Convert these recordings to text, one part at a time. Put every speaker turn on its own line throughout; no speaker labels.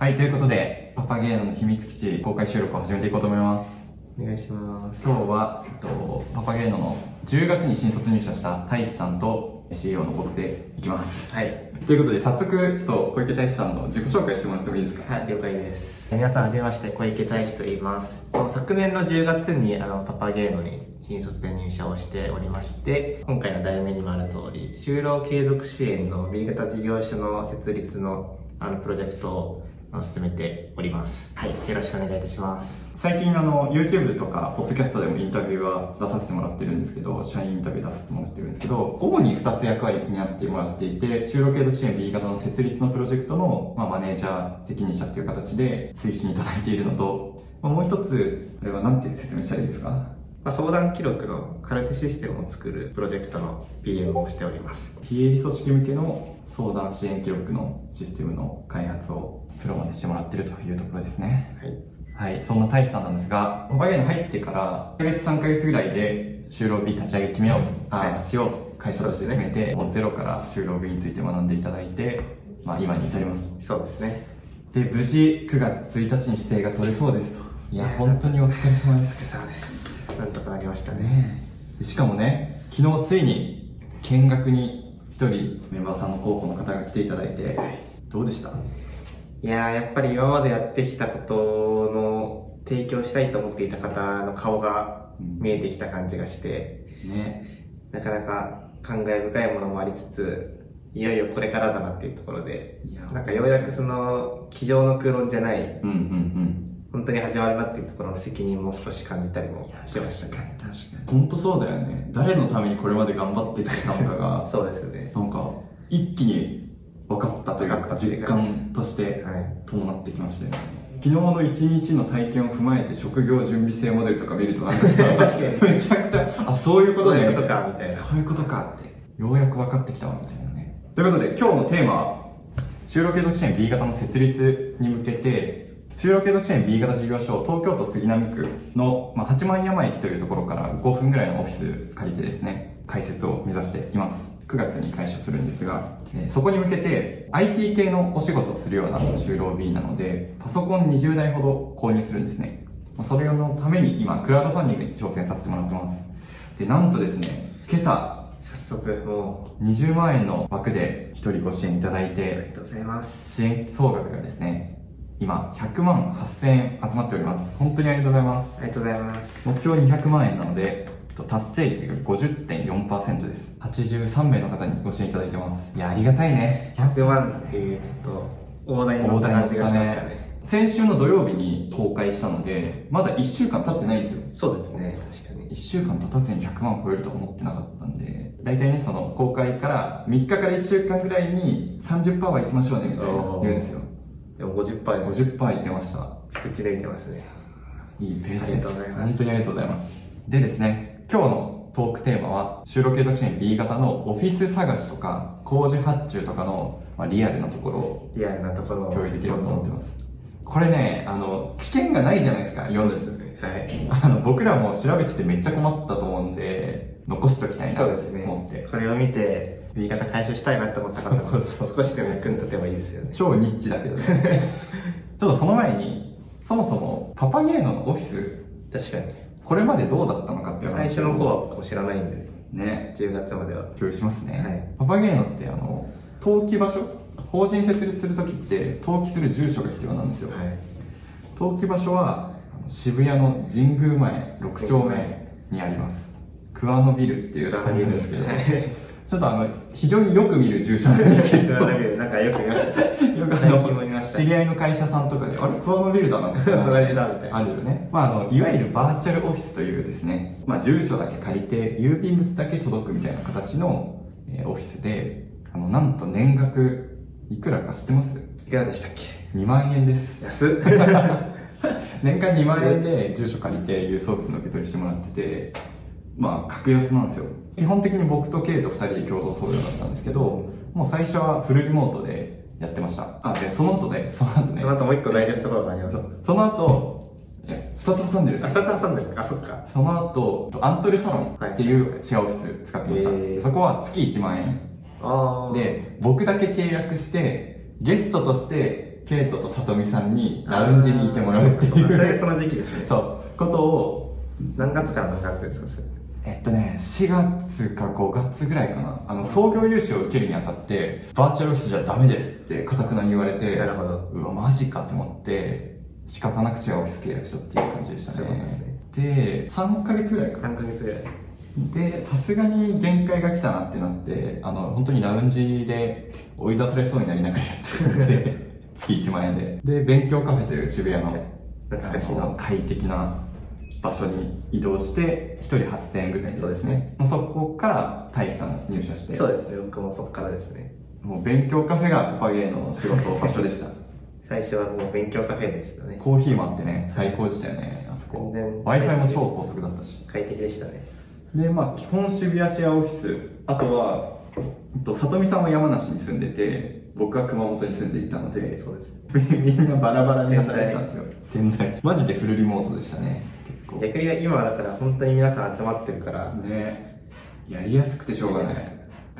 はい、ということで、パパゲーノの秘密基地公開収録を始めていこうと思います。
お願いします
今日は、えっと、パパゲーノの10月に新卒入社した大志さんと CEO の僕でいきます。
はい
ということで、早速、ちょっと小池大志さんの自己紹介してもらってもいいですか
はい、了解です。皆さん、はじめまして、小池大志と言います。昨年の10月に、あの、パパゲーノに新卒で入社をしておりまして、今回の題名にもある通り、就労継続支援の B 型事業所の設立の、あの、プロジェクトをあの進めております。はい、よろしくお願いいたします。
最近あの YouTube とかポッドキャストでもインタビューは出させてもらってるんですけど社員インタビュー出させてもらってるんですけど主に2つ役割になってもらっていて就労継続支援 B 型の設立のプロジェクトの、まあ、マネージャー責任者っていう形で推進いただいているのと、まあ、もう一つあれは何て説明したらいいですか
まあ、相談記録のカルテシステムを作るプロジェクトの PM をしております。
非営利組織向けの相談支援記録のシステムの開発をプロまでしてもらってるというところですね
はい。
はい、そんな大志さんなんですが、パパゲーノ入ってから、1ヶ月3ヶ月ぐらいで、就労日立ち上げ決めよう、あ
はい
しようと、会社として決めて、もうゼロから就労日について学んでいただいて、まあ今に至ります。
そうですね。
で、無事9月1日に指定が取れそうですと。いや、本当にお疲れ様です。
さあです。なんとかなりましたね。
ねえでしかもね昨日ついに見学に一人メンバーさんの候補の方が来ていただいてどうでした
いやー、やっぱり今までやってきたことの提供したいと思っていた方の顔が見えてきた感じがして、
ね
なかなか感慨深いものもありつつ、いよいよこれからだなっていうところで、
いや
なんかようやくその、机上の空論じゃない、
うんうんうん
本当に始まるなっていうところの責任も少し感じたりもしましたね。
確かに本当そうだよね誰のためにこれまで頑張ってきたのか が
そうですよね。
なんか一気に分かったという
分か
か
ったとい
実
うか
感として
はい。
伴ってきましたよね昨日の一日の体験を踏まえて職業準備生モデルとか見るとなんか さ
確
めちゃくちゃあそういうこと
そう
ね
いうことか、みたいな。
そういうことかってようやく分かってきたわみたいなねということで今日のテーマは就労継続支援 B 型の設立に向けて就労継続支援 B 型事業所東京都杉並区の、まあ、八幡山駅というところから5分ぐらいのオフィス借りてですね開設を目指しています9月に開所するんですが、えーそこに向けて IT 系のお仕事をするような就労 B なのでパソコン20台ほど購入するんですねまあそれのために今クラウドファンディングに挑戦させてもらってますでなんとですね今朝
早速、も、
20万円の枠で1人ご支援いただいう
あ
て
りがとうございます。
支援総額がですね今100万8000円集まっております本当にありがとうございま
あ
す
りがとうございます。
目標200万円なのでえっと達成率が50.4%です83名の方にご支援いただいてますいやありがたいね
100万っていう、ちょっと、大台に乗った感じがしましたね。
先週の土曜日に公開したのでまだ1週間経ってないんですよ
そうですね、確かに。
1週間経たずに100万超えるとは思ってなかったんで大体ねその公開から3日から1週間ぐらいに30%はいきましょうねみたいな言うんですよ
でも50杯も
50%いけました
口でいてますね。
いいペース
あ
で
り
す
がとうございま
本
す
当にありがとうございますでですね今日のトークテーマは就労継続支援 B 型のオフィス探しとか工事発注とかの、まあ、リアルなところを
リアルなところを。
共有できればと思ってますこれねあの知見がないじゃないですか世の
すね。はい。
あの僕らも調べててめっちゃ困ったと思うんで残しときたいな
そう
と
ですね。
思って
これを見て、B 型解消したいなって思った方も、
そうそう
少しでも役に立てばいいですよね。
超ニッチだけどね ちょっとその前にそもそもパパゲーノのオフィス
確かに。
これまでどうだったのかっていう
最
話
初の方はこう知らないんでね。
ね
10月までは。
共有しますね、
はい
パパゲーノってあの登記場所法人設立する時って登記する住所が必要なんですよ、
はい。
登記場所はあの渋谷の神宮前6丁目にあります桑野ビルっていうところなんですけど、
はい。
ちょっとあの非常によく見る住所なんですけど
桑野ビルなんかよく見ました。
よくあの
最近も見ました
知り合いの会社さんとかで、あれ、クワノビルダーなのかな
同じだみたいな。
あるよね、まああの。いわゆるバーチャルオフィスというですね、まあ、住所だけ借りて、郵便物だけ届くみたいな形の、えーオフィスで、あのなんと年額、いくらか知ってます
いかがでしたっけ
?2 万円です。
安っ。
年間2万円で住所借りて郵送物の受け取りしてもらっててまあ格安なんですよ基本的に僕と K と2人で共同創業だったんですけどもう最初はフルリモートでやってましたあでその後ねその後ね
その後もう一個大事なところがあります。
そその後え2つ挟んでるん
あ、
ですよ
2つ挟んでる。あ、そっか。
その後アントレサロンっていうシェアオフィス使ってました、
はいへー
そこは月1万円
あー。
で僕だけ契約してゲストとしてケイトとさとみさんにラウンジにいてもらうってい
あーそうかそうかそれ
う
その時期ですね。
そうことを
何月から何月ですか、それ。
えっとね、4月か5月ぐらいかな。あの、創業融資を受けるにあたって、バーチャルオフィスじゃダメですって、かたくなに言われて、
なるほど
うわ、マジかと思って、仕方なくシェアオフィス契約したっていう感じでしたね。
そういうことですね
で、3ヶ月ぐらいかな。
3ヶ月ぐらい。
で、さすがに限界が来たなってなって、あの、本当にラウンジで追い出されそうになりながらやってたんで、 月1万円で。で、勉強カフェという渋谷の、
懐かしい
あ
な
の快適な場所に移動して、1人8000円ぐらい
そうですね。
もうそこから大使さんも入社して、
そうですね、僕もそこからですね。
もう勉強カフェがパパゲーの仕事場所で した。
最初はもう勉強カフェですよね。
コーヒーもあってね、最高でしたよね、あそこ。
全然
Wi-Fi も超高速だったし。
快適でしたね。
でまあ基本渋谷シェアオフィスあとはえっと里見さんは山梨に住んでて僕は熊本に住んでいたので
そうですね。
み みんなバラバラに働いてたんですよ天才マジでフルリモートでしたね結構
逆に今はだから本当に皆さん集まってるから、
ねやりやすくてしょうがない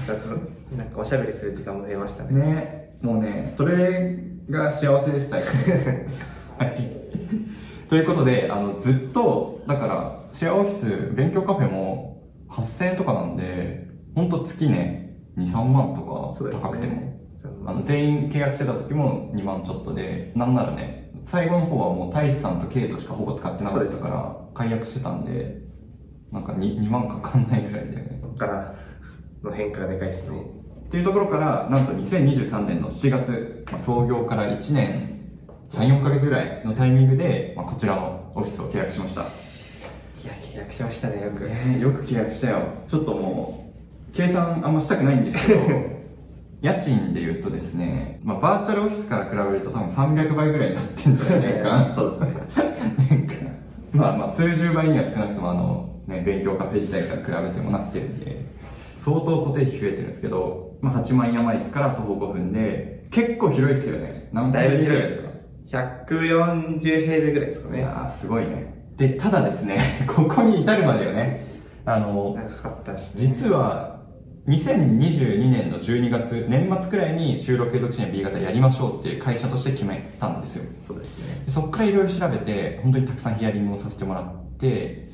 雑なんかおしゃべりする時間も増えましたね。
ねもうねそれが幸せで したよはいということであのずっとだからシェアオフィス勉強カフェも8000円とかなんでほんと月ね23万と
そうで
か
すね。
高くても、
その
あの全員契約してた時も2万ちょっとで、なんならね、最後の方はもう大志さんとケイトしかほぼ使ってなかったから、解約してたんで、なんか 2, 2万かかんないぐらいだよね。
そこからの変化がでかいですね。
っていうところから、なんと2023年の7月、まあ、創業から1年3、4ヶ月ぐらいのタイミングで、まあ、こちらのオフィスを契約しました。
いや、契約しましたね、よく。
えーよく契約したよちょっともう計算あんましたくないんです けど家賃で言うとですね、まあ、バーチャルオフィスから比べると多分300倍ぐらいになってんじゃな い年間
そうですね。
年間まあまあ数十倍には少なくともあの、ね、勉強カフェ時代から比べてもなってるんで相当固定費増えてるんですけど、まあ、八幡山駅から徒歩5分で結構広いですよね何
だいぶ
平米ぐら
広いですか ?140 平米ぐらいですか
い
ね。
やーすごいねでただですねここに至るまでよねあの
長かったですね。
実は2022年の12月年末くらいに就労継続支援 B 型やりましょうっていう会社として決めたんですよ
そうですね。
でそっからいろいろ調べて本当にたくさんヒアリングをさせてもらって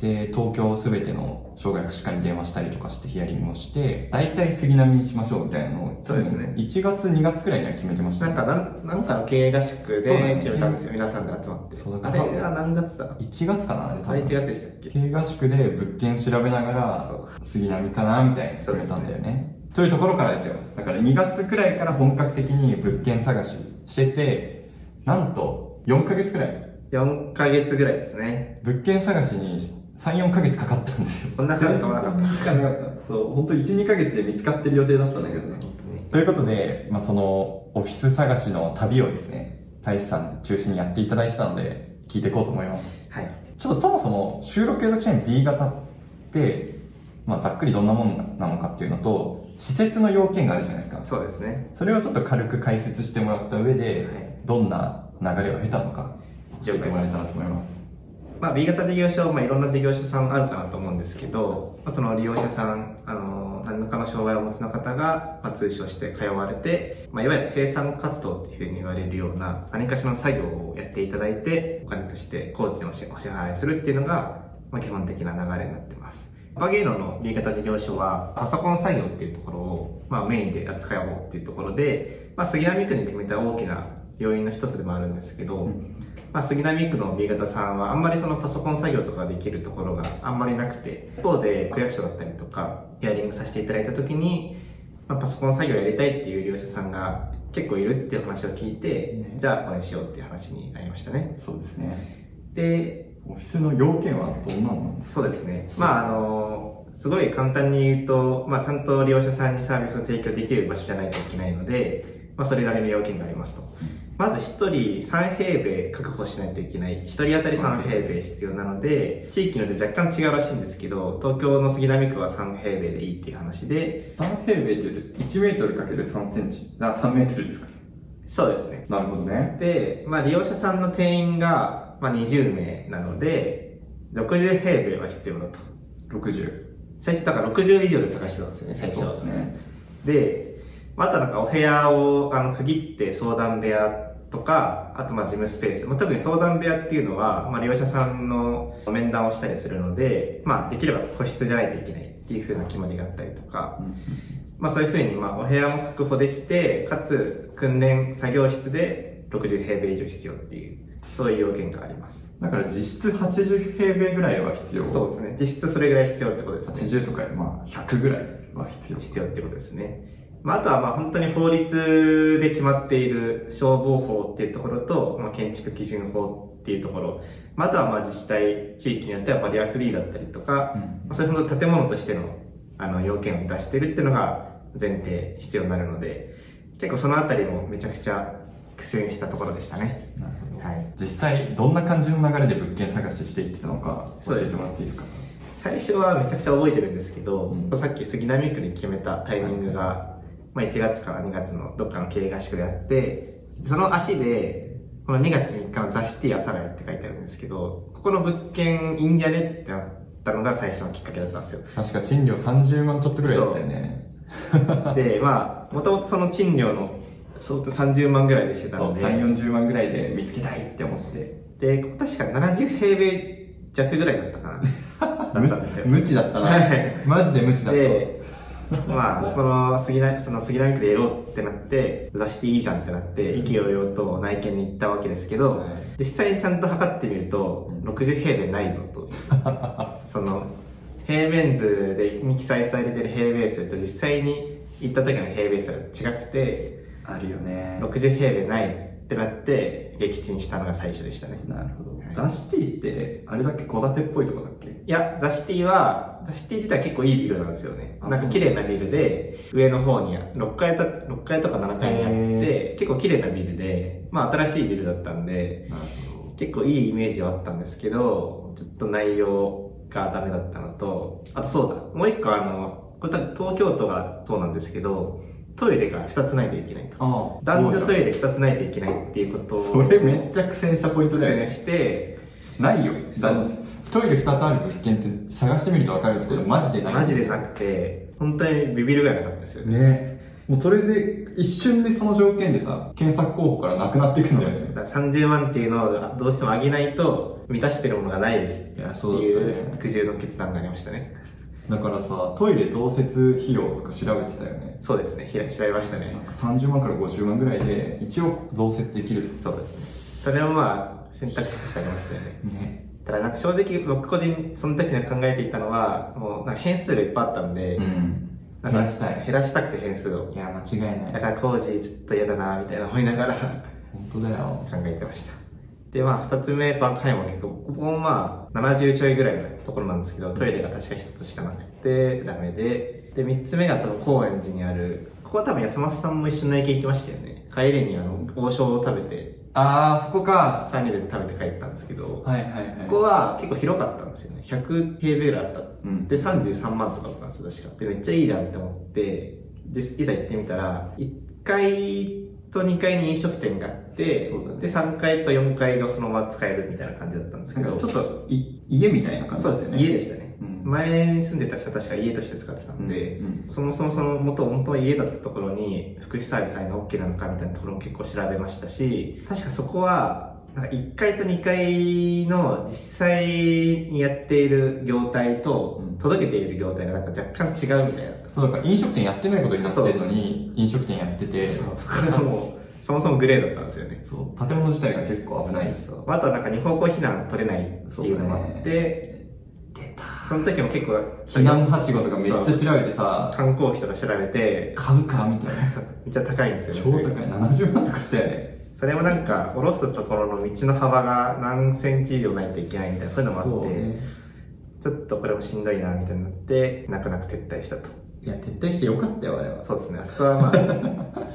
で東京すべての障害福祉課に電話したりとかしてヒアリングをして大体杉並にしましょうみたいなのを
そうですね
1月2月くらいには決めてました
なんかなん、なんかの経営合宿
そうだね
で決めたんですよ、皆さんで集まって。
そうだ
あ
か
れ
ら
は何月だ
1月かなあれ多
あれ
分
1月でしたっけ
経営合宿で物件調べながら
そ
杉並かなみたいに決めたんだよねというところからですよだから2月くらいから本格的に物件探ししててなんと4ヶ月くらい
4ヶ月ぐらいですね。
物件探しに34ヶ月かかったんですよ
こんなかかってもなかった
全然かかんなかったそう本当12ヶ月で見つかってる予定だったんだけどね
本当に。
ということで、まあ、そのオフィス探しの旅をですね大志さん中心にやっていただいてたので聞いていこうと思います
はい。
ちょっとそもそも就労継続支援 B 型って、まあ、ざっくりどんなもんなのかっていうのと施設の要件があるじゃないですか
そうですね。
それをちょっと軽く解説してもらった上で、
はい
どんな流れを経たのか教えてもらえたらと思います
まあ、B 型事業所、まあ、いろんな事業所さんあるかなと思うんですけど、まあ、その利用者さん、あの、何らかの障害をお持ちの方が、まあ、通所して通われて、まあ、いわゆる生産活動っていうふうに言われるような、何かしらの作業をやっていただいて、お金として工賃をしお支払いするっていうのが、まあ、基本的な流れになってます。パパゲーノの B 型事業所は、パソコン作業っていうところを、まあ、メインで扱おうっていうところで、まあ、杉並区に決めた大きな要因の一つでもあるんですけど、まあ、杉並区の B 型さんはあんまりそのパソコン作業とかできるところがあんまりなくて一方で区役所だったりとかヒアリングさせていただいた時に、まあ、パソコン作業やりたいっていう利用者さんが結構いるっていう話を聞いて、
ね
じゃあこれにしようっていう話になりましたね
そうですね
で
オフィスの要件はどんなのなんですか
そうですねまああのすごい簡単に言うと、まあ、ちゃんと利用者さんにサービスを提供できる場所じゃないといけないので、まあ、それなりの要件がありますとまず1人3平米確保しないといけない。1人当たり3平米必要なので、地域によって若干違うらしいんですけど、東京の杉並区は3平米でいいっていう話で、
3平米っていうと1メートルかける3センチあ3メートルですか
そうですね。
なるほどね
で、まあ利用者さんの定員が、まあ、20名なので、60平米は必要だと。
60
最初だから60以上で探してたんですよね、最初
そう
は。
ですね
で、まああとなんかお部屋をあの区切って相談部屋とか、あとまあ事務スペース、まあ、特に相談部屋っていうのは、まあ、利用者さんの面談をしたりするので、まあ、できれば個室じゃないといけないっていう風な決まりがあったりとか、まあ、そういう風にまあお部屋も確保できて、かつ訓練作業室で60平米以上必要っていう、そういう要件があります。
だから実質80平米ぐらいは必要。
そうですね。実質それぐらい必要ってことですね。
80とか、まあ、100ぐらいは必要。
必要ってことですね。まあ、あとはまあ本当に法律で決まっている消防法っていうところと、まあ、建築基準法っていうところ、まあ、あとはまあ自治体、地域によってはバリアフリーだったりとか、
うん
まあ、そういう本当建物としてのあの要件を出してるっていうのが前提必要になるので、結構そのあたりもめちゃくちゃ苦戦したところでしたね。
なるほど
はい。
実際、どんな感じの流れで物件探ししていってたのか、
そ
教
う
え
です
てもらっていいですか
最初はめちゃくちゃ覚えてるんですけど、
うん
さっき杉並区に決めたタイミングが、まあ、1月から2月のどっかの経営合宿であって、その足で、この2月3日のザシティ朝がやって書いてあるんですけど、ここの物件いいんじゃねってなったのが最初のきっかけだったんです よ。
確か賃料30万ちょっとぐらいだったよね。
で、まあ、もともとその賃料の、相当30万ぐらいでしてた
そ
の
う、
で、
3、40万ぐらいで見つけたいって思って。
で、ここ確か70平米弱ぐらいだ ったかな、だったんですよ。
無知だった
は
な。
い
マジで無知だった。
で、まあ、その杉並、その杉並区でやろうってなって、座していいじゃんってなって、意気揚々と内見に行ったわけですけど、
はい
実際にちゃんと測ってみると
うん、
60平米ないぞ と。その、平面図でに記載されてる平米数と実際に行った時の平米数が違くて、
あるよね。
60平米ないってなって、撃沈したのが最初でしたね。
なるほど
はい。
ザシティって、あれだっけ戸建てっぽいとこだっけ
いや、ザシティは、ザシティ自体結構いいビルなんですよね。
あ
なんか綺麗なビルで、上の方に、6階た、6階とか7階にあっ
へ
て、結構綺麗なビルで、まあ新しいビルだったんで、
なるほ
結構いいイメージはあったんですけど、ちょっと内容がダメだったのと、あとそうだ、もう一個あの、これ多分東京都がそうなんですけど、トイレが2つないといけないと。
ど。ああ、
男女ト
レ。
イレ2つないといけないっていうことを、
それめっちゃ苦戦したポイントだよね
ね。して、
ないよ男女トイレ2つある物件って探してみると分かるんですけどマジでない
マジでなくて、本当にビビるぐらいなかったですよね。
ねもうそれで一瞬でその条件でさ検索候補からなくなっていくんだよね
だから30万っていうのをどうしても上げないと満たしてるものがないです
いや
って
そうだった
い
ね
う苦渋の決断になりましたね。
だからさトイレ増設費用とか調べてたよね
そうですね、ひら調べましたね
なん。か30万から50万ぐらいで一応増設できると
そうですね。それをまあ選択肢としてありましたよね。
ね
ただなんか正直僕個人その時に考えていたのは、もうなんか変数がいっぱいあったんで、
うん
なんか
減らしたい
減らしたくて変数を。
いや間違いな
だ
い
から工事ちょっと嫌だなみたいな思いながら。
本当だよ
考えてました。で、まあ、二つ目、バンカイも結構、ここもまあ、70ちょいぐらいのところなんですけど、トイレが確か一つしかなくて、ダメで。で、三つ目が多分、高円寺にある、ここは多分、安松さんも一緒の駅行きましたよね。帰りにあの、王将を食べて、
ああそこか
三人で食べて帰ったんですけど、
はいはいはい
ここは結構広かったんですよね。100平米ぐらいあった。
うん
で、33万とかだったんですよ、確か。で、めっちゃいいじゃんって思って、実いざ行ってみたら、1階と2階に飲食店があって、
そうだね
で、3階と4階がそのまま使えるみたいな感じだったんですけ
なん
ど、
かちょっとい家みたいな感じ
そうですね、家で
し
したね。
うん
前に住んでた人は確か家として使ってたんで、
うん
そもそもその元本当の家だったところに福祉サービスあるの OK なのかみたいなところも結構調べましたし、確かそこは、なんか1階と2階の実際にやっている業態と
うん
届けている業態がなんか若干違うみたいな。
そうだから飲食店やってないことになってるのに飲食店やってて
そう、そこがもう、そもそもグレーだったんですよね。
そう建物自体が結構危ないです
そうあとはなんか二方向避難取れないっていうのもあって、
出た
その時も結構
避難はしごとかめっちゃ調べてさ
観光費とか調べて、
買うかみたいな
めっちゃ高いんですよね
超高
そ れ
い
が
70万とかしたよね
それもなんか、下ろすところの道の幅が何センチ以上ないといけないみたいな、そういうのもあって、
ね
ちょっとこれもしんどいな、みたいになって、泣く泣く撤退したと。
いや撤退してよかったよあれは
そうですね、あそこはまあ、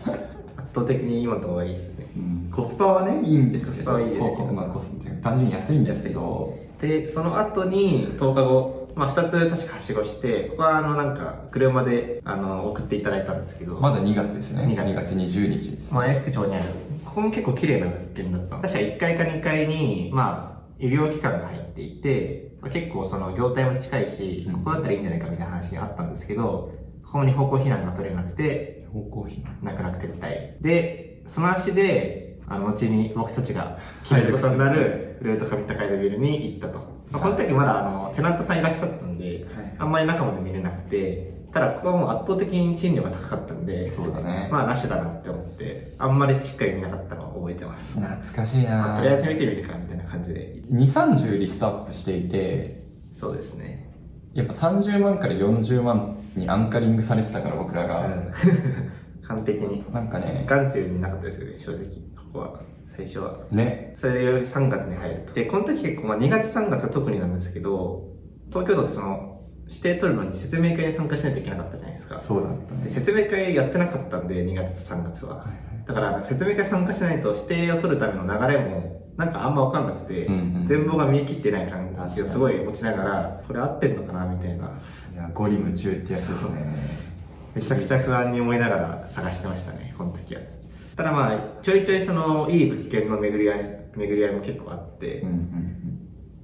圧倒的に今のところがいいですね。
うんコスパはねいいんです
コスパはいいですけど
こうまあコスパっていうか単純に安いんですけど
で、その後に、10日後、まあ2つ確かはしごして、ここはあのなんか、車で、あの、送っていただいたんですけど、
まだ2月ですね
2月
20日です
まあ、永福町にある。ここも結構綺麗な物件だったの。確か1階か2階に、まあ、医療機関が入っていて、まあ、結構その業態も近いし、
うん
ここだったらいいんじゃないかみたいな話があったんですけど、ここに方向避難が取れなくて、
方向費
泣く泣く撤退。で、その足で、あの、後に僕たちが決めることになる、ルート上高井戸ビルに行ったと。まあ、この時まだ、あの、テナントさんいらっしゃったんで、
はい
あんまり中まで見れなくて、ただここはもう圧倒的に賃料が高かったんで、
そうだね
まあ、なしだなって思って、あんまりしっかり見なかったのを覚えてます。
懐かしい
まあ
な
とりあえず見てみるか、みたいな感じで。
230リストアップしていて
そうですね。
やっぱ30万から40万にアンカリングされてたから僕ら
う
が、
ん。 完璧に。
なんかね
眼中になかったですよね、正直。ここは。最初は。
ね
それで3月に入ると。で、この時結構、まあ2月3月は特になんですけど、東京都ってその、指定取るのに説明会に参加しないといけなかったじゃないですか。
そうだった
で
ね
説明会やってなかったんで、2月と3月は。だから、説明会参加しないと指定を取るための流れも、なんかあんまわかんなくて、
うんうん
全貌が見切ってない感
確
じ
か
を
に
すごい持ちながら、これ合ってんのかなみたいな、
いやゴリ夢中ってやつですね
めちゃくちゃ不安に思いながら探してましたね、この時は。ただまあ、ちょいちょいその、いい物件の巡り合い、巡り合いも結構あって、
うんうん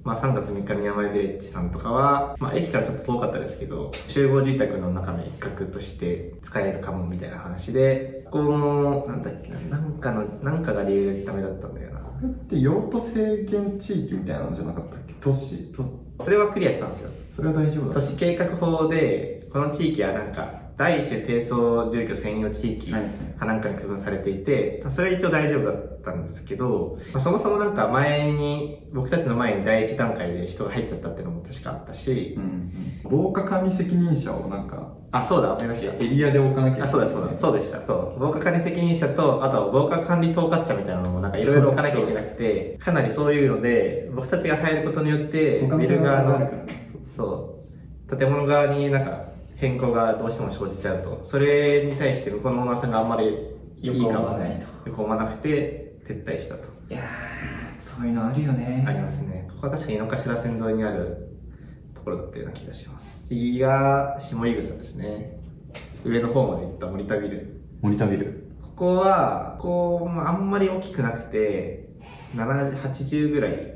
まあ、3月3日に山井ビレッジさんとかは、まあ、駅からちょっと遠かったですけど、集合住宅の中の一角として使えるかもみたいな話で、ここも、なんだっけな、なんかの、なんかが理由でダメだったんだよな。
うんこれって用途制限地域みたいなのじゃなかったっけ都市と
それはクリアしたんですよ。
それは大丈夫だ
都市計画法で、この地域はなんか、第一種低層住居専用地域
はい
かなんかに区分されていて、それは一応大丈夫だったんですけど、まあそもそもなんか前に、僕たちの前に第一段階で人が入っちゃったっていうのも確かあったし、
うんうん防火管理責任者をなんか
あ、そうだ、思いました。
エリアで置かなきゃ
あ、そうだそうだ、
ね
そうでした。そう。防火管理責任者と、あと防火管理統括者みたいなのもなんかいろいろ置かなきゃいけなくて、かなりそういうので、僕たちが入ることによって、
他の
ビ
手
ル
が
側
ある
の
か、らね
そう、建物側になんか変更がどうしても生じちゃうと、それに対して向こうのオーナーさんがあんまりいい
よく思
顔
わないと
よく思わなくて、撤退したと。
いやーそういうのあるよね
ありますね。ここは確か井の頭線沿いにあるところだったような気がします。次が下井草ですね。上の方まで行った森田ビル。
森田ビル
ここは、こう、まああんまり大きくなくて、70、80ぐらい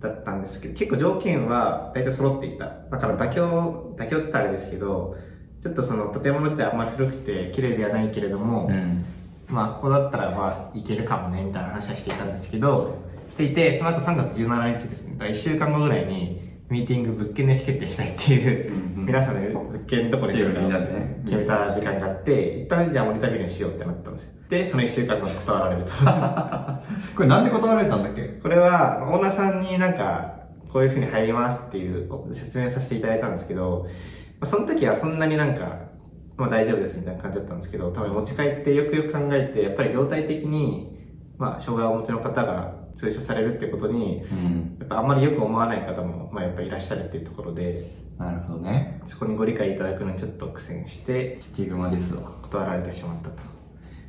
だったんですけど、結構条件は大体揃っていた。だから妥協、妥協って言ったらあれですけど、ちょっとその建物自体あんまり古くて綺麗ではないけれども、
ん
まあここだったらまあいけるかもねみたいな話はしていたんですけど、していて、その後3月17日ですね、だから1週間後ぐらいにミーティング物件で意思決定したいっていう、
うんうん
皆さんで物件どこにする
チ
か
ームみんなでね
決めた時間があって、一旦じゃあ森田ビルにしようってなったんですよ。で、その1週間後断られると。
これなんで断られたんだっけ
これは、オーナーさんになんか、こういう風に入りますっていう説明させていただいたんですけど、まあその時はそんなになんか、まあ大丈夫ですみたいな感じだったんですけど、多分持ち帰ってよくよく考えて、やっぱり業態的に、まあ、障害をお持ちの方が通所されるってことに、
うん
やっぱあんまりよく思わない方も、まあやっぱいらっしゃるっていうところで、
なるほどね
そこにご理解いただくのにちょっと苦戦して、
スティグマですわ
断られてしまったと。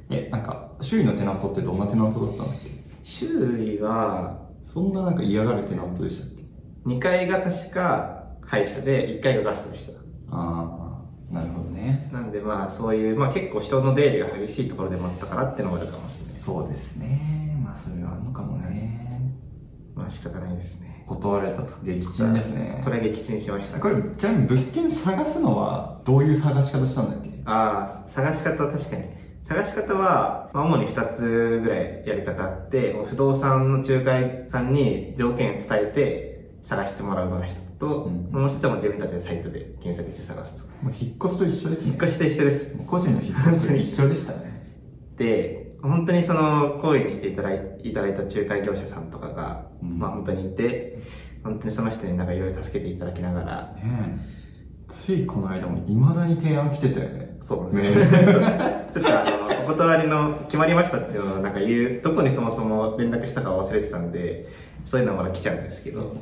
えなんか周囲のテナントってどんなテナントだったんだっけ
周囲は、
そんななんか嫌がるテナントでしたっけ
2階が確か歯医者で、1階がガストでした。
ああなるほどね
なんでまあそういう、まあ結構人の出入りが激しいところでもあったからってのもあるかもしれない。
そうですねまあそれはあるのかもね
まあ仕方ないですね。
断られたと撃沈ですね
これ激沈しました。
これちなみに物件探すのはどういう探し方したんだっけ
ああ、探し方は確かに。探し方は、まあ主に2つぐらいやり方あって、もう不動産の仲介さんに条件伝えて探してもらうのが一つと、
うん
もう一つはもう自分たちでサイトで検索して探すと。
もう引っ越しと一緒です
引っ
ね
越しと一緒です。
個人の引っ越しと一緒でしたね
で、本当にその行為にしていただいいただいた仲介業者さんとかが、
うん
まあ本当にいて、本当にその人になんかいろいろ助けていただきながら、
ねえついこの間もいまだに提案来てたよね
そ
で
う
すね
ね。ちょっとあの、お断りの決まりましたっていうのをなんか言う、どこにそもそも連絡したか忘れてたんで、そういうのはまだ来ちゃうんですけど、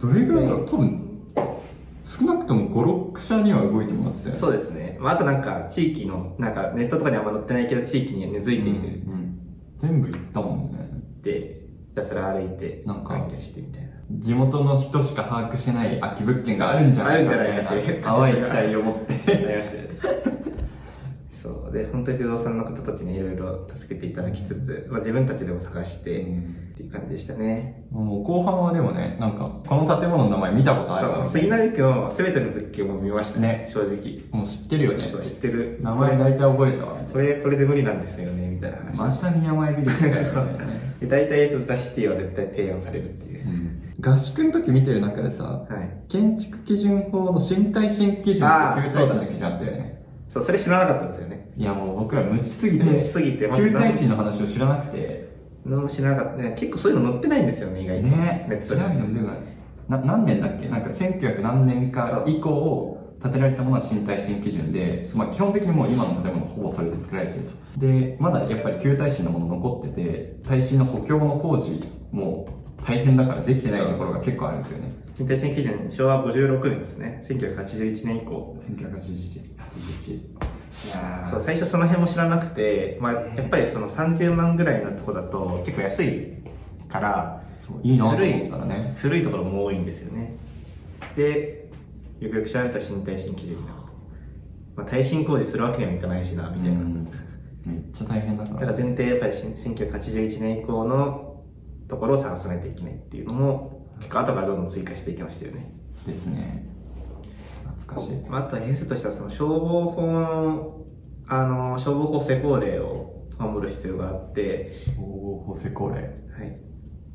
どれぐらいだろう多分少なくとも56社には動いてもらってたよね
そうですね。まああとなんか地域の、なんかネットとかにあんま載ってないけど地域に根付いている
うんうん全部行ったもんね
って、ひたすら歩いて、
なんか
関係してみたいな。
地元の人しか把握してない空き物件があるんじゃないかみたい
あるんじゃない
な
かっ
淡
て
い期待を持って
な りましたよねそうで本当に不動産の方たちにいろいろ助けていただきつつ、まあ、自分たちでも探して、
うん
っていう感じでしたね。
もう後半はでもね、なんか、この建物の名前見たことある
そ
わ
う、杉並区の全ての物件も見ましたね、正直。
もう知ってるよね
そう、知ってる。
名前大体覚えたわみた
こ
い
れ、これで無理なんですよね、みたいな
なま
話。
た宮前ビル近いみたいなね、
で大体、そのザ・シティは絶対提案されるっていうう。
ん、合宿の時見てる中でさ
はい。
建築基準法の新耐震基準
あ
と
ー
旧耐震の基準あったよね
そう、それ知らなかったんですよね。
いやもう僕ら無知すぎて
無知すぎて
旧耐震の話を知らなくて
何も知らなかった。ね結構そういうの載ってないんですよね、意外と。
ね
ネット
調
で
べても出てこないな何年だっけなんか1900何年か以降建てられたものは新耐震基準で、まあ、基本的にもう今の建物ほぼそれで作られてるとでまだやっぱり旧耐震のもの残ってて耐震の補強の工事も大変だからできてないところが結構あるんですよね
新耐震基準、昭和56年ですね。1981年以降。
1981 81いやー
そう、最初その辺も知らなくて、まあ、やっぱりその30万ぐらいのとこだと結構安いから、
そういいなと思ったらね
古いところも多いんですよねでよくよく調べたら新耐震基準だと、まあ、耐震工事するわけにもいかないしなみたいな、
うんめっちゃ大変だか
だ
ら
から前提やっぱり新1981年以降のところを探さないといけないっていうのも結構後からどんどん追加していきましたよね、
ですね懐かしい
まあ、あとは変数としてはその消防法のあの消防法施工令を守る必要があって
おお施工令
はい。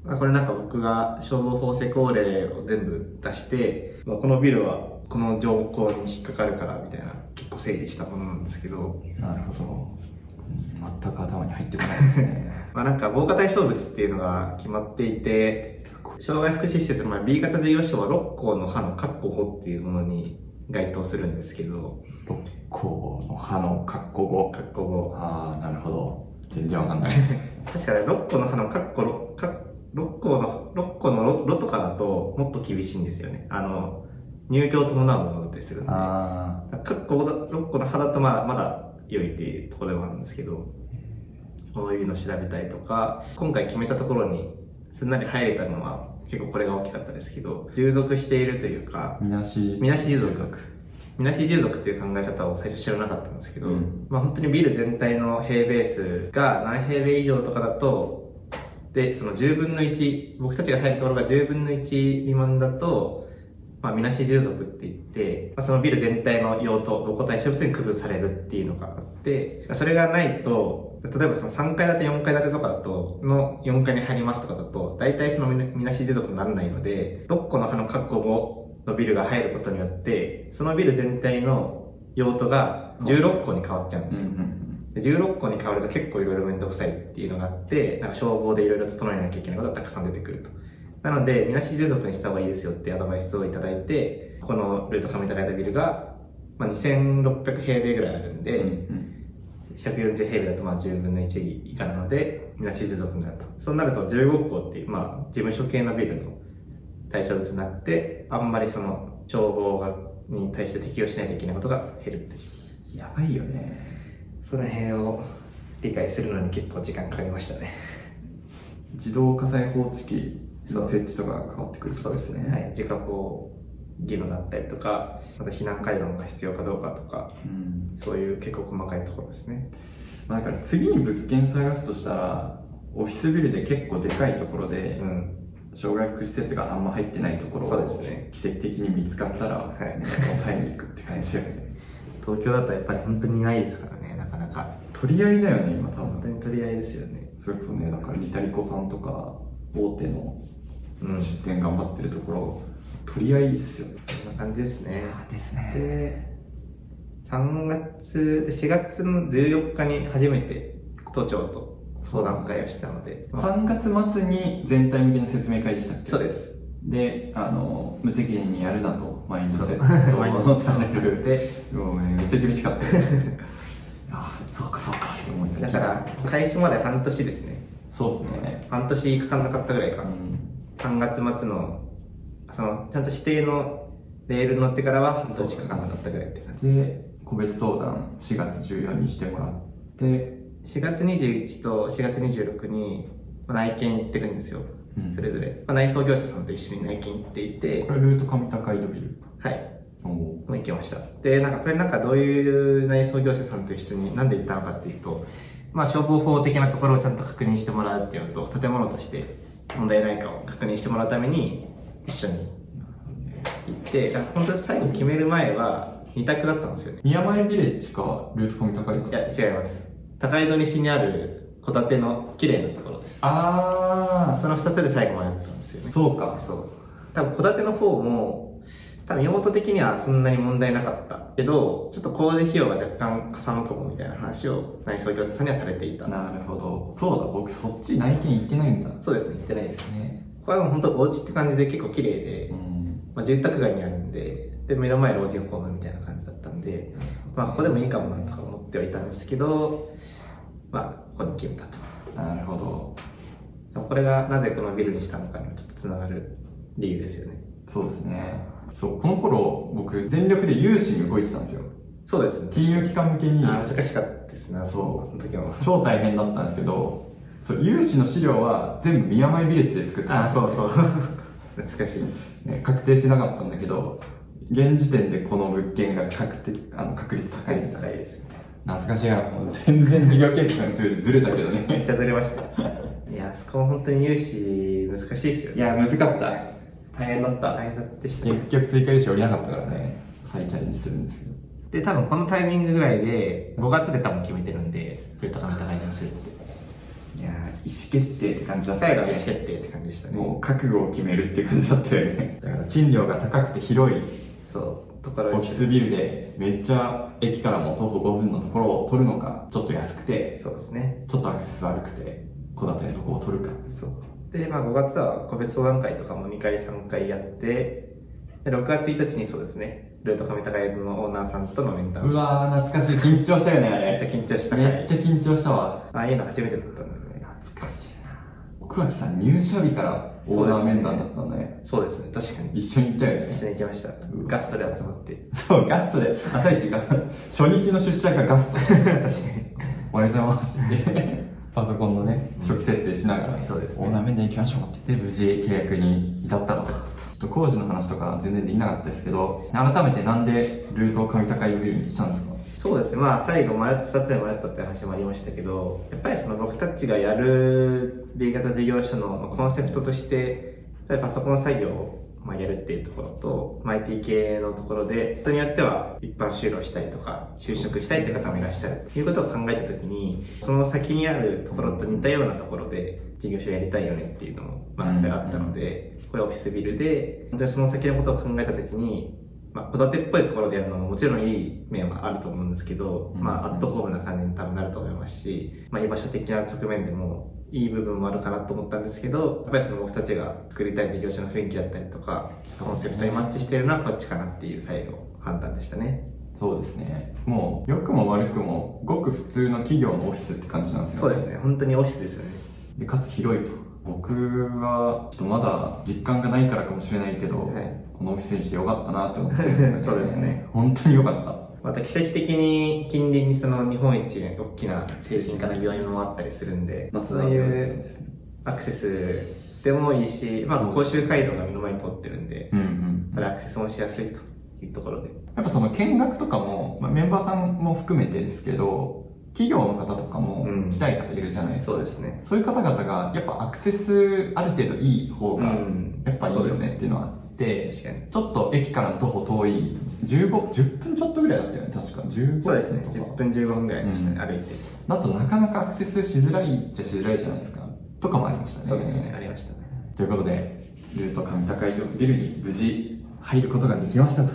まあ、これなんか僕が消防法施工令を全部出して、もうこのビルはこの条項に引っかかるからみたいな、結構整理したものなんですけど、
なるほど。うん全く頭に入ってこないです ね。
まあなんか防火対象物っていうのが決まっていて、障害福祉施設のまあ B 型事業所は6項の歯の括弧5っていうものに該当するんですけど、
六甲の歯の括弧語。
括弧
ああ、なるほど。全然わかんない。
5。確かね、6項の歯の括弧6、か6項の、6項のロロとかだともっと厳しいんですよね。あの、入居を伴うものだったりするんで。
あ
かっこ6個の肌とまあまだ良いっていうところではあるんですけど、こういうの調べたりとか、今回決めたところにすんなり入れたのは結構これが大きかったですけど、従属しているという
あ、
か、
みなし。
みなし従属。みなし従属っていう考え方を最初知らなかったんですけど、
うん
まあ本当にビル全体の平米数が何平米以上とかだと、で、その10分の1、僕たちが入るところが10分の1未満だと、まあ、みなし従属って言って、まあ、そのビル全体の用途、母対象物に区分されるっていうのがあって、それがないと、例えばその3階建て、4階建てとかだと、の4階に入りますとかだと、大体そのみなみなし従属にならないので、6個の歯の括弧をのビルが入ることによって、そのビル全体の用途が16個に変わっちゃうんで
うん
すよ。
うん
で16個に変わると結構いろいろめんどくさいっていうのがあって、なんか消防でいろいろ整えなきゃいけないことがたくさん出てくると。なので、みなし従属にした方がいいですよっていうアドバイスをいただいて、このルート上高井田ビルが、まあ、2600平米ぐらいあるん
うん
で、
うん
140平米だとまあ10分の1以下なので、みなし持続になると。そうなると15校っていう、まあ事務所系のビルの対象物になって、あんまりその消防がに対して適用しないといけないことが減るっていう。
うん。やばいよね。
その辺を理解するのに結構時間かかりましたね。
自動火災報知器の設置とかが変わってくるそうです
は。い。自覚を義務があったりとか、あと避難階段が必要かどうかとか、
うん。
そういう結構細かいところですね。
まあだから次に物件探すとしたら、オフィスビルで結構でかいところで
う、ん。
障害福祉施設があんま入ってないところ
そうで
を
すね
奇跡的に見つかったら、
はい
抑えに行くって感じだよね。
東京だとやっぱり本当にないですからね、なかなか。
取り合いだよね、今多
本
分
当。に取り合いですよね。
それこそねだからリタリコさんとか大手の
うん。
出店頑張ってるところ取り合いっすよね
こんな感じですね。
です
で、3月、で4月の14日に初めて都庁と相談会をしたので、まあ
3月末に全体向けの説明会でしたっけ
そうです。
であの無責任にやるなとマインドセット
毎日
をされ
され
る
て、
もうねめっちゃ厳しか ったよねああそうかそうかって思って
だから開始まで半年ですね。
そうですね
半年かかんなかったぐらいうか。
ん
3月末の、その、ちゃんと指定のレールに乗ってからは半年かかんなかったぐらいって感じ。
で個別相談4月14にしてもらって
4月21と4月26にまあ内見行ってくんですよ。
うん
それぞれ。まあ内装業者さんと一緒に内見行っていて
こ、れルート上高井戸ビル
はい。
おお
もう行きました。で、なんかこれなんかどういう内装業者さんと一緒になんで行ったのかっていうと、まあ消防法的なところをちゃんと確認してもらうっていうのと、建物として問題ないかを確認してもらうために一緒に行ってだから本当に最後決める前は2択だったんですよね
宮前ビレッジかルートコミ高井
い
戸
や違います高井戸西にあるホタテの綺麗なところです
あ
その2つで最後迷ったんですよ
あ
ね
そうか
そう多分ホタテの方も多分用途的にはそんなに問題なかったけどちょっと工事費用が若干かさむかもみたいな話を内装業者さんにはされていた
なるほどそうだ僕そっち内見行ってないんだ
そうですね行ってないです
ね
これはもう本当お家って感じで結構綺麗で、
うん
まあ、住宅街にあるんでで目の前老人ホームみたいな感じだったんで、まあ、ここでもいいかもなとか思ってはいたんですけどまあここに決めたと
なるほど
でもこれがなぜこのビルにしたのかにもちょっとつながる理由ですよね
そうですねそうこの頃僕全力で融資に動いてたんですよ
そうですね
金融機関向けに
あー難しかったですな
そう
その時も
超大変だったんですけどそう融資の資料は全部宮前ビレッジで作ってたん
あ
で
ー
すよ
そうそう懐かしい
ね、確定しなかったんだけど現時点でこの物件が確定あの確率高いです
高いですよね
懐かしいなもう全然事業計画の数字ずれたけど
めっ
ね
ちゃずれましたいやそこは本当に融資難しいですよ
い
ね
や難かった大変だった
大変だってしたね
結局追加融資降りなかったからね再チャレンジするんですけど
で多分このタイミングぐらいで5月で多分決めてるんでそれとかの高いのするって
いやー意思決定って感じだった
最後は意思決定って感じでしたね
もう覚悟を決めるって感じだったよねだから賃料が高くて広い
そうところ
オフィスビルでめっちゃ駅からも徒歩5分のところを取るのかちょっと安くて
そうですね
ちょっとアクセス悪くて戸建てのとこを取るか
そうでまあ5月は個別相談会とかも2回3回やってで6月1日にそうですねルート上高井部のオーナーさんとの面談
うわー懐かしい緊張したよねあ
めっちゃ
れ
緊張した
めっちゃ
ゃ
緊張したわ
ああいうの初めてだったんでね
懐かしいな奥脇さん入社日からオーナー面談だったんだね
そうですね確かに
一緒に行ったよ
一
ね
緒に行きました
うわ
ガストで集まって
そうガストで朝一が初日の出社がガスト
確かに
おはようございますってパソコンのね初期設定しながら、
そうですね
オーナー面で行きましょうってで無事契約に至ったのでちょっと工事の話とか全然できなかったですけど改めてなんでルートを上高井ビルにしたんですか
そうですねまあ最後迷っ2つで迷ったって話もありましたけどやっぱりその僕たちがやる B 型事業所のまあコンセプトとしてやっぱりパソコン作業をまあやるっていうところと、まあ IT 系のところで人によっては一般就労したいとか就職したいって方もいらっしゃるということを考えた時にその先にあるところと似たようなところで事業所やりたいよねっていうのもまあなんかあったので、これオフィスビルで本当にその先のことを考えた時にまあ、戸建てっぽいところでやるのももちろんいい面はあると思うんですけど、
うん
まあ、アットホームな感じに多分なると思いますし、まあ、居場所的な側面でもいい部分もあるかなと思ったんですけど、やっぱりその僕たちが作りたい事業者の雰囲気だったりとか、
そう
コンセプトにマッチしてるのはこっちかなっていう最後判断でしたね。
そうですねもう良くも悪くもごく普通の企業のオフィスって感じなんですよ
そうですね、本当にオフィスですよね。
でかつ広いと僕はちょっとまだ実感がないからかもしれないけど、
はい
このオフィスにしてよかったなって思ってるんですよね
そうですね
本当によかった
また奇跡的に近隣にその日本一大きな精神科の病院もあったりするんで、
松
そう
田
い
病院さん
う
ですね
アクセスでもいいし、まあ、
そう
甲州街道が目の前に通ってるんで、
うんうん
アクセスもしやすいというところで。
やっぱその見学とかも、まあ、メンバーさんも含めてですけど企業の方とかも
うん
来たい方いるじゃないですか、
そうですね。
そういう方々がやっぱアクセスある程度いい方が
ん
やっぱいいよ
そうです
ねっていうのはあって、
確かに。
ちょっと駅からの徒歩遠い15 10分ちょっとぐらいだったよね確か15
そうですね。
分と
10
か
分15分ぐらいでしたね、歩いて。
だとなかなかアクセスしづらいっちゃしづらいじゃないですかとかもありましたね
そうですね、ありましたね。
ということでルート上高井戸ビルに無事入ることができましたと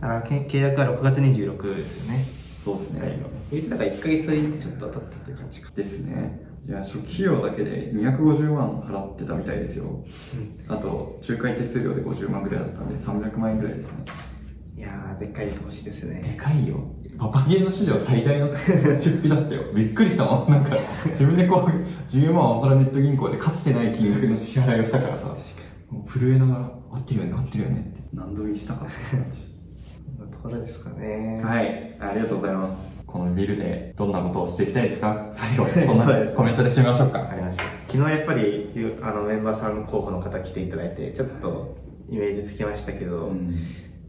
あけ契約は6月26ですよね。
そうですね、
最後。言ってたから1ヶ月ちょっと経ったという感じか。
ですねいや初期費用だけで250万払ってたみたいですよあと仲介手数料で50万ぐらいだったんで300万円ぐらいですね
いやー、でっかい投資です
で
ね。
かいよパパゲーの史上最大の 出費だったよびっくりしたもんなんか自分でこう10万はおそらネット銀行でかつてない金額の支払いをしたからさもう震えながら合ってるよね合ってるよねって何度見したかった感じ
こんなところですかね。
はいありがとうございますこのビルでどんなことをしていきたいですか最後 そん
そうで
な
すね
コメントで締めましょうか
わかりました。昨日やっぱり、ゆあの、メンバーさん候補の方来ていただいて、ちょっとイメージつきましたけど、
うん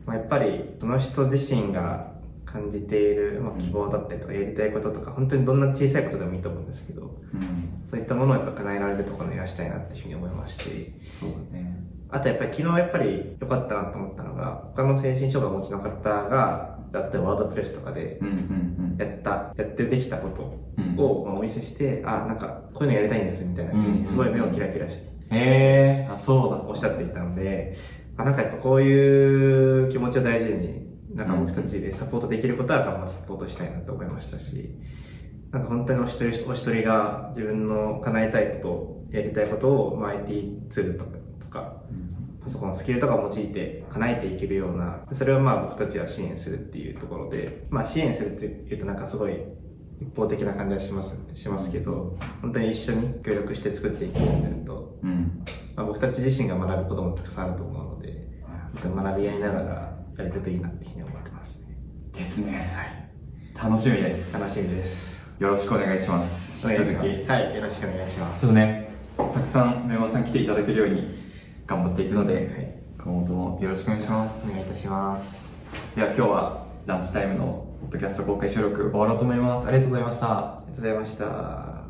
まあ、やっぱりその人自身が感じている、まあ、希望だったりとかやりたいこととか、本当にどんな小さいことでもいいと思うんですけど、
うん、
そういったものをやっぱ叶えられるところにいらしたいなっていうふうに思いますし、
そうだね。
あとやっぱり昨日やっぱり良かったなと思ったのが、他の精神障害をお持ちの方が、例えばワードプレスとかで
うんうん
やった、やってできたこと
うん。うん。
をまあお見せして、あ、なんかこういうのやりたいんですみたいな風
うん
に、すごい目をキラキラして
へえー、あ、そうだ。
おっしゃっていたので、あ、なんかやっぱこういう気持ちを大事に、なんか僕たちでサポートできることは頑張ってサポートしたいなと思いましたし、なんか本当にお一人お一人が自分の叶えたいこと、やりたいことを、まあ、IT ツールとか、とか
うん
パソコンのスキルとかを用いて叶えていけるような、それをまあ僕たちは支援するっていうところで、まあ支援するっていうとなんかすごい一方的な感じはします、しますけど、本当に一緒に協力して作っていくようになると、
うん。
まあ、僕たち自身が学ぶこともたくさんあると思うので、
あ
それを学び合いながらやれるといいなっていうふうに思ってますね。
ですね。
はい。
楽しみです。
楽しみです。
よろしくお願いします。引き続き。
お願いし
ち
ますはい。よろしくお願いしま
ょ
す。
っとね、たくさんメンバーさん来ていただけるように頑張っていくの
はい
で、。今後ともよろしくお願いします。
お願いいたします。
では今日はランチタイムのポッドキャスト公開収録終わろうと思います。ありがとうございました。
ありがとうございました。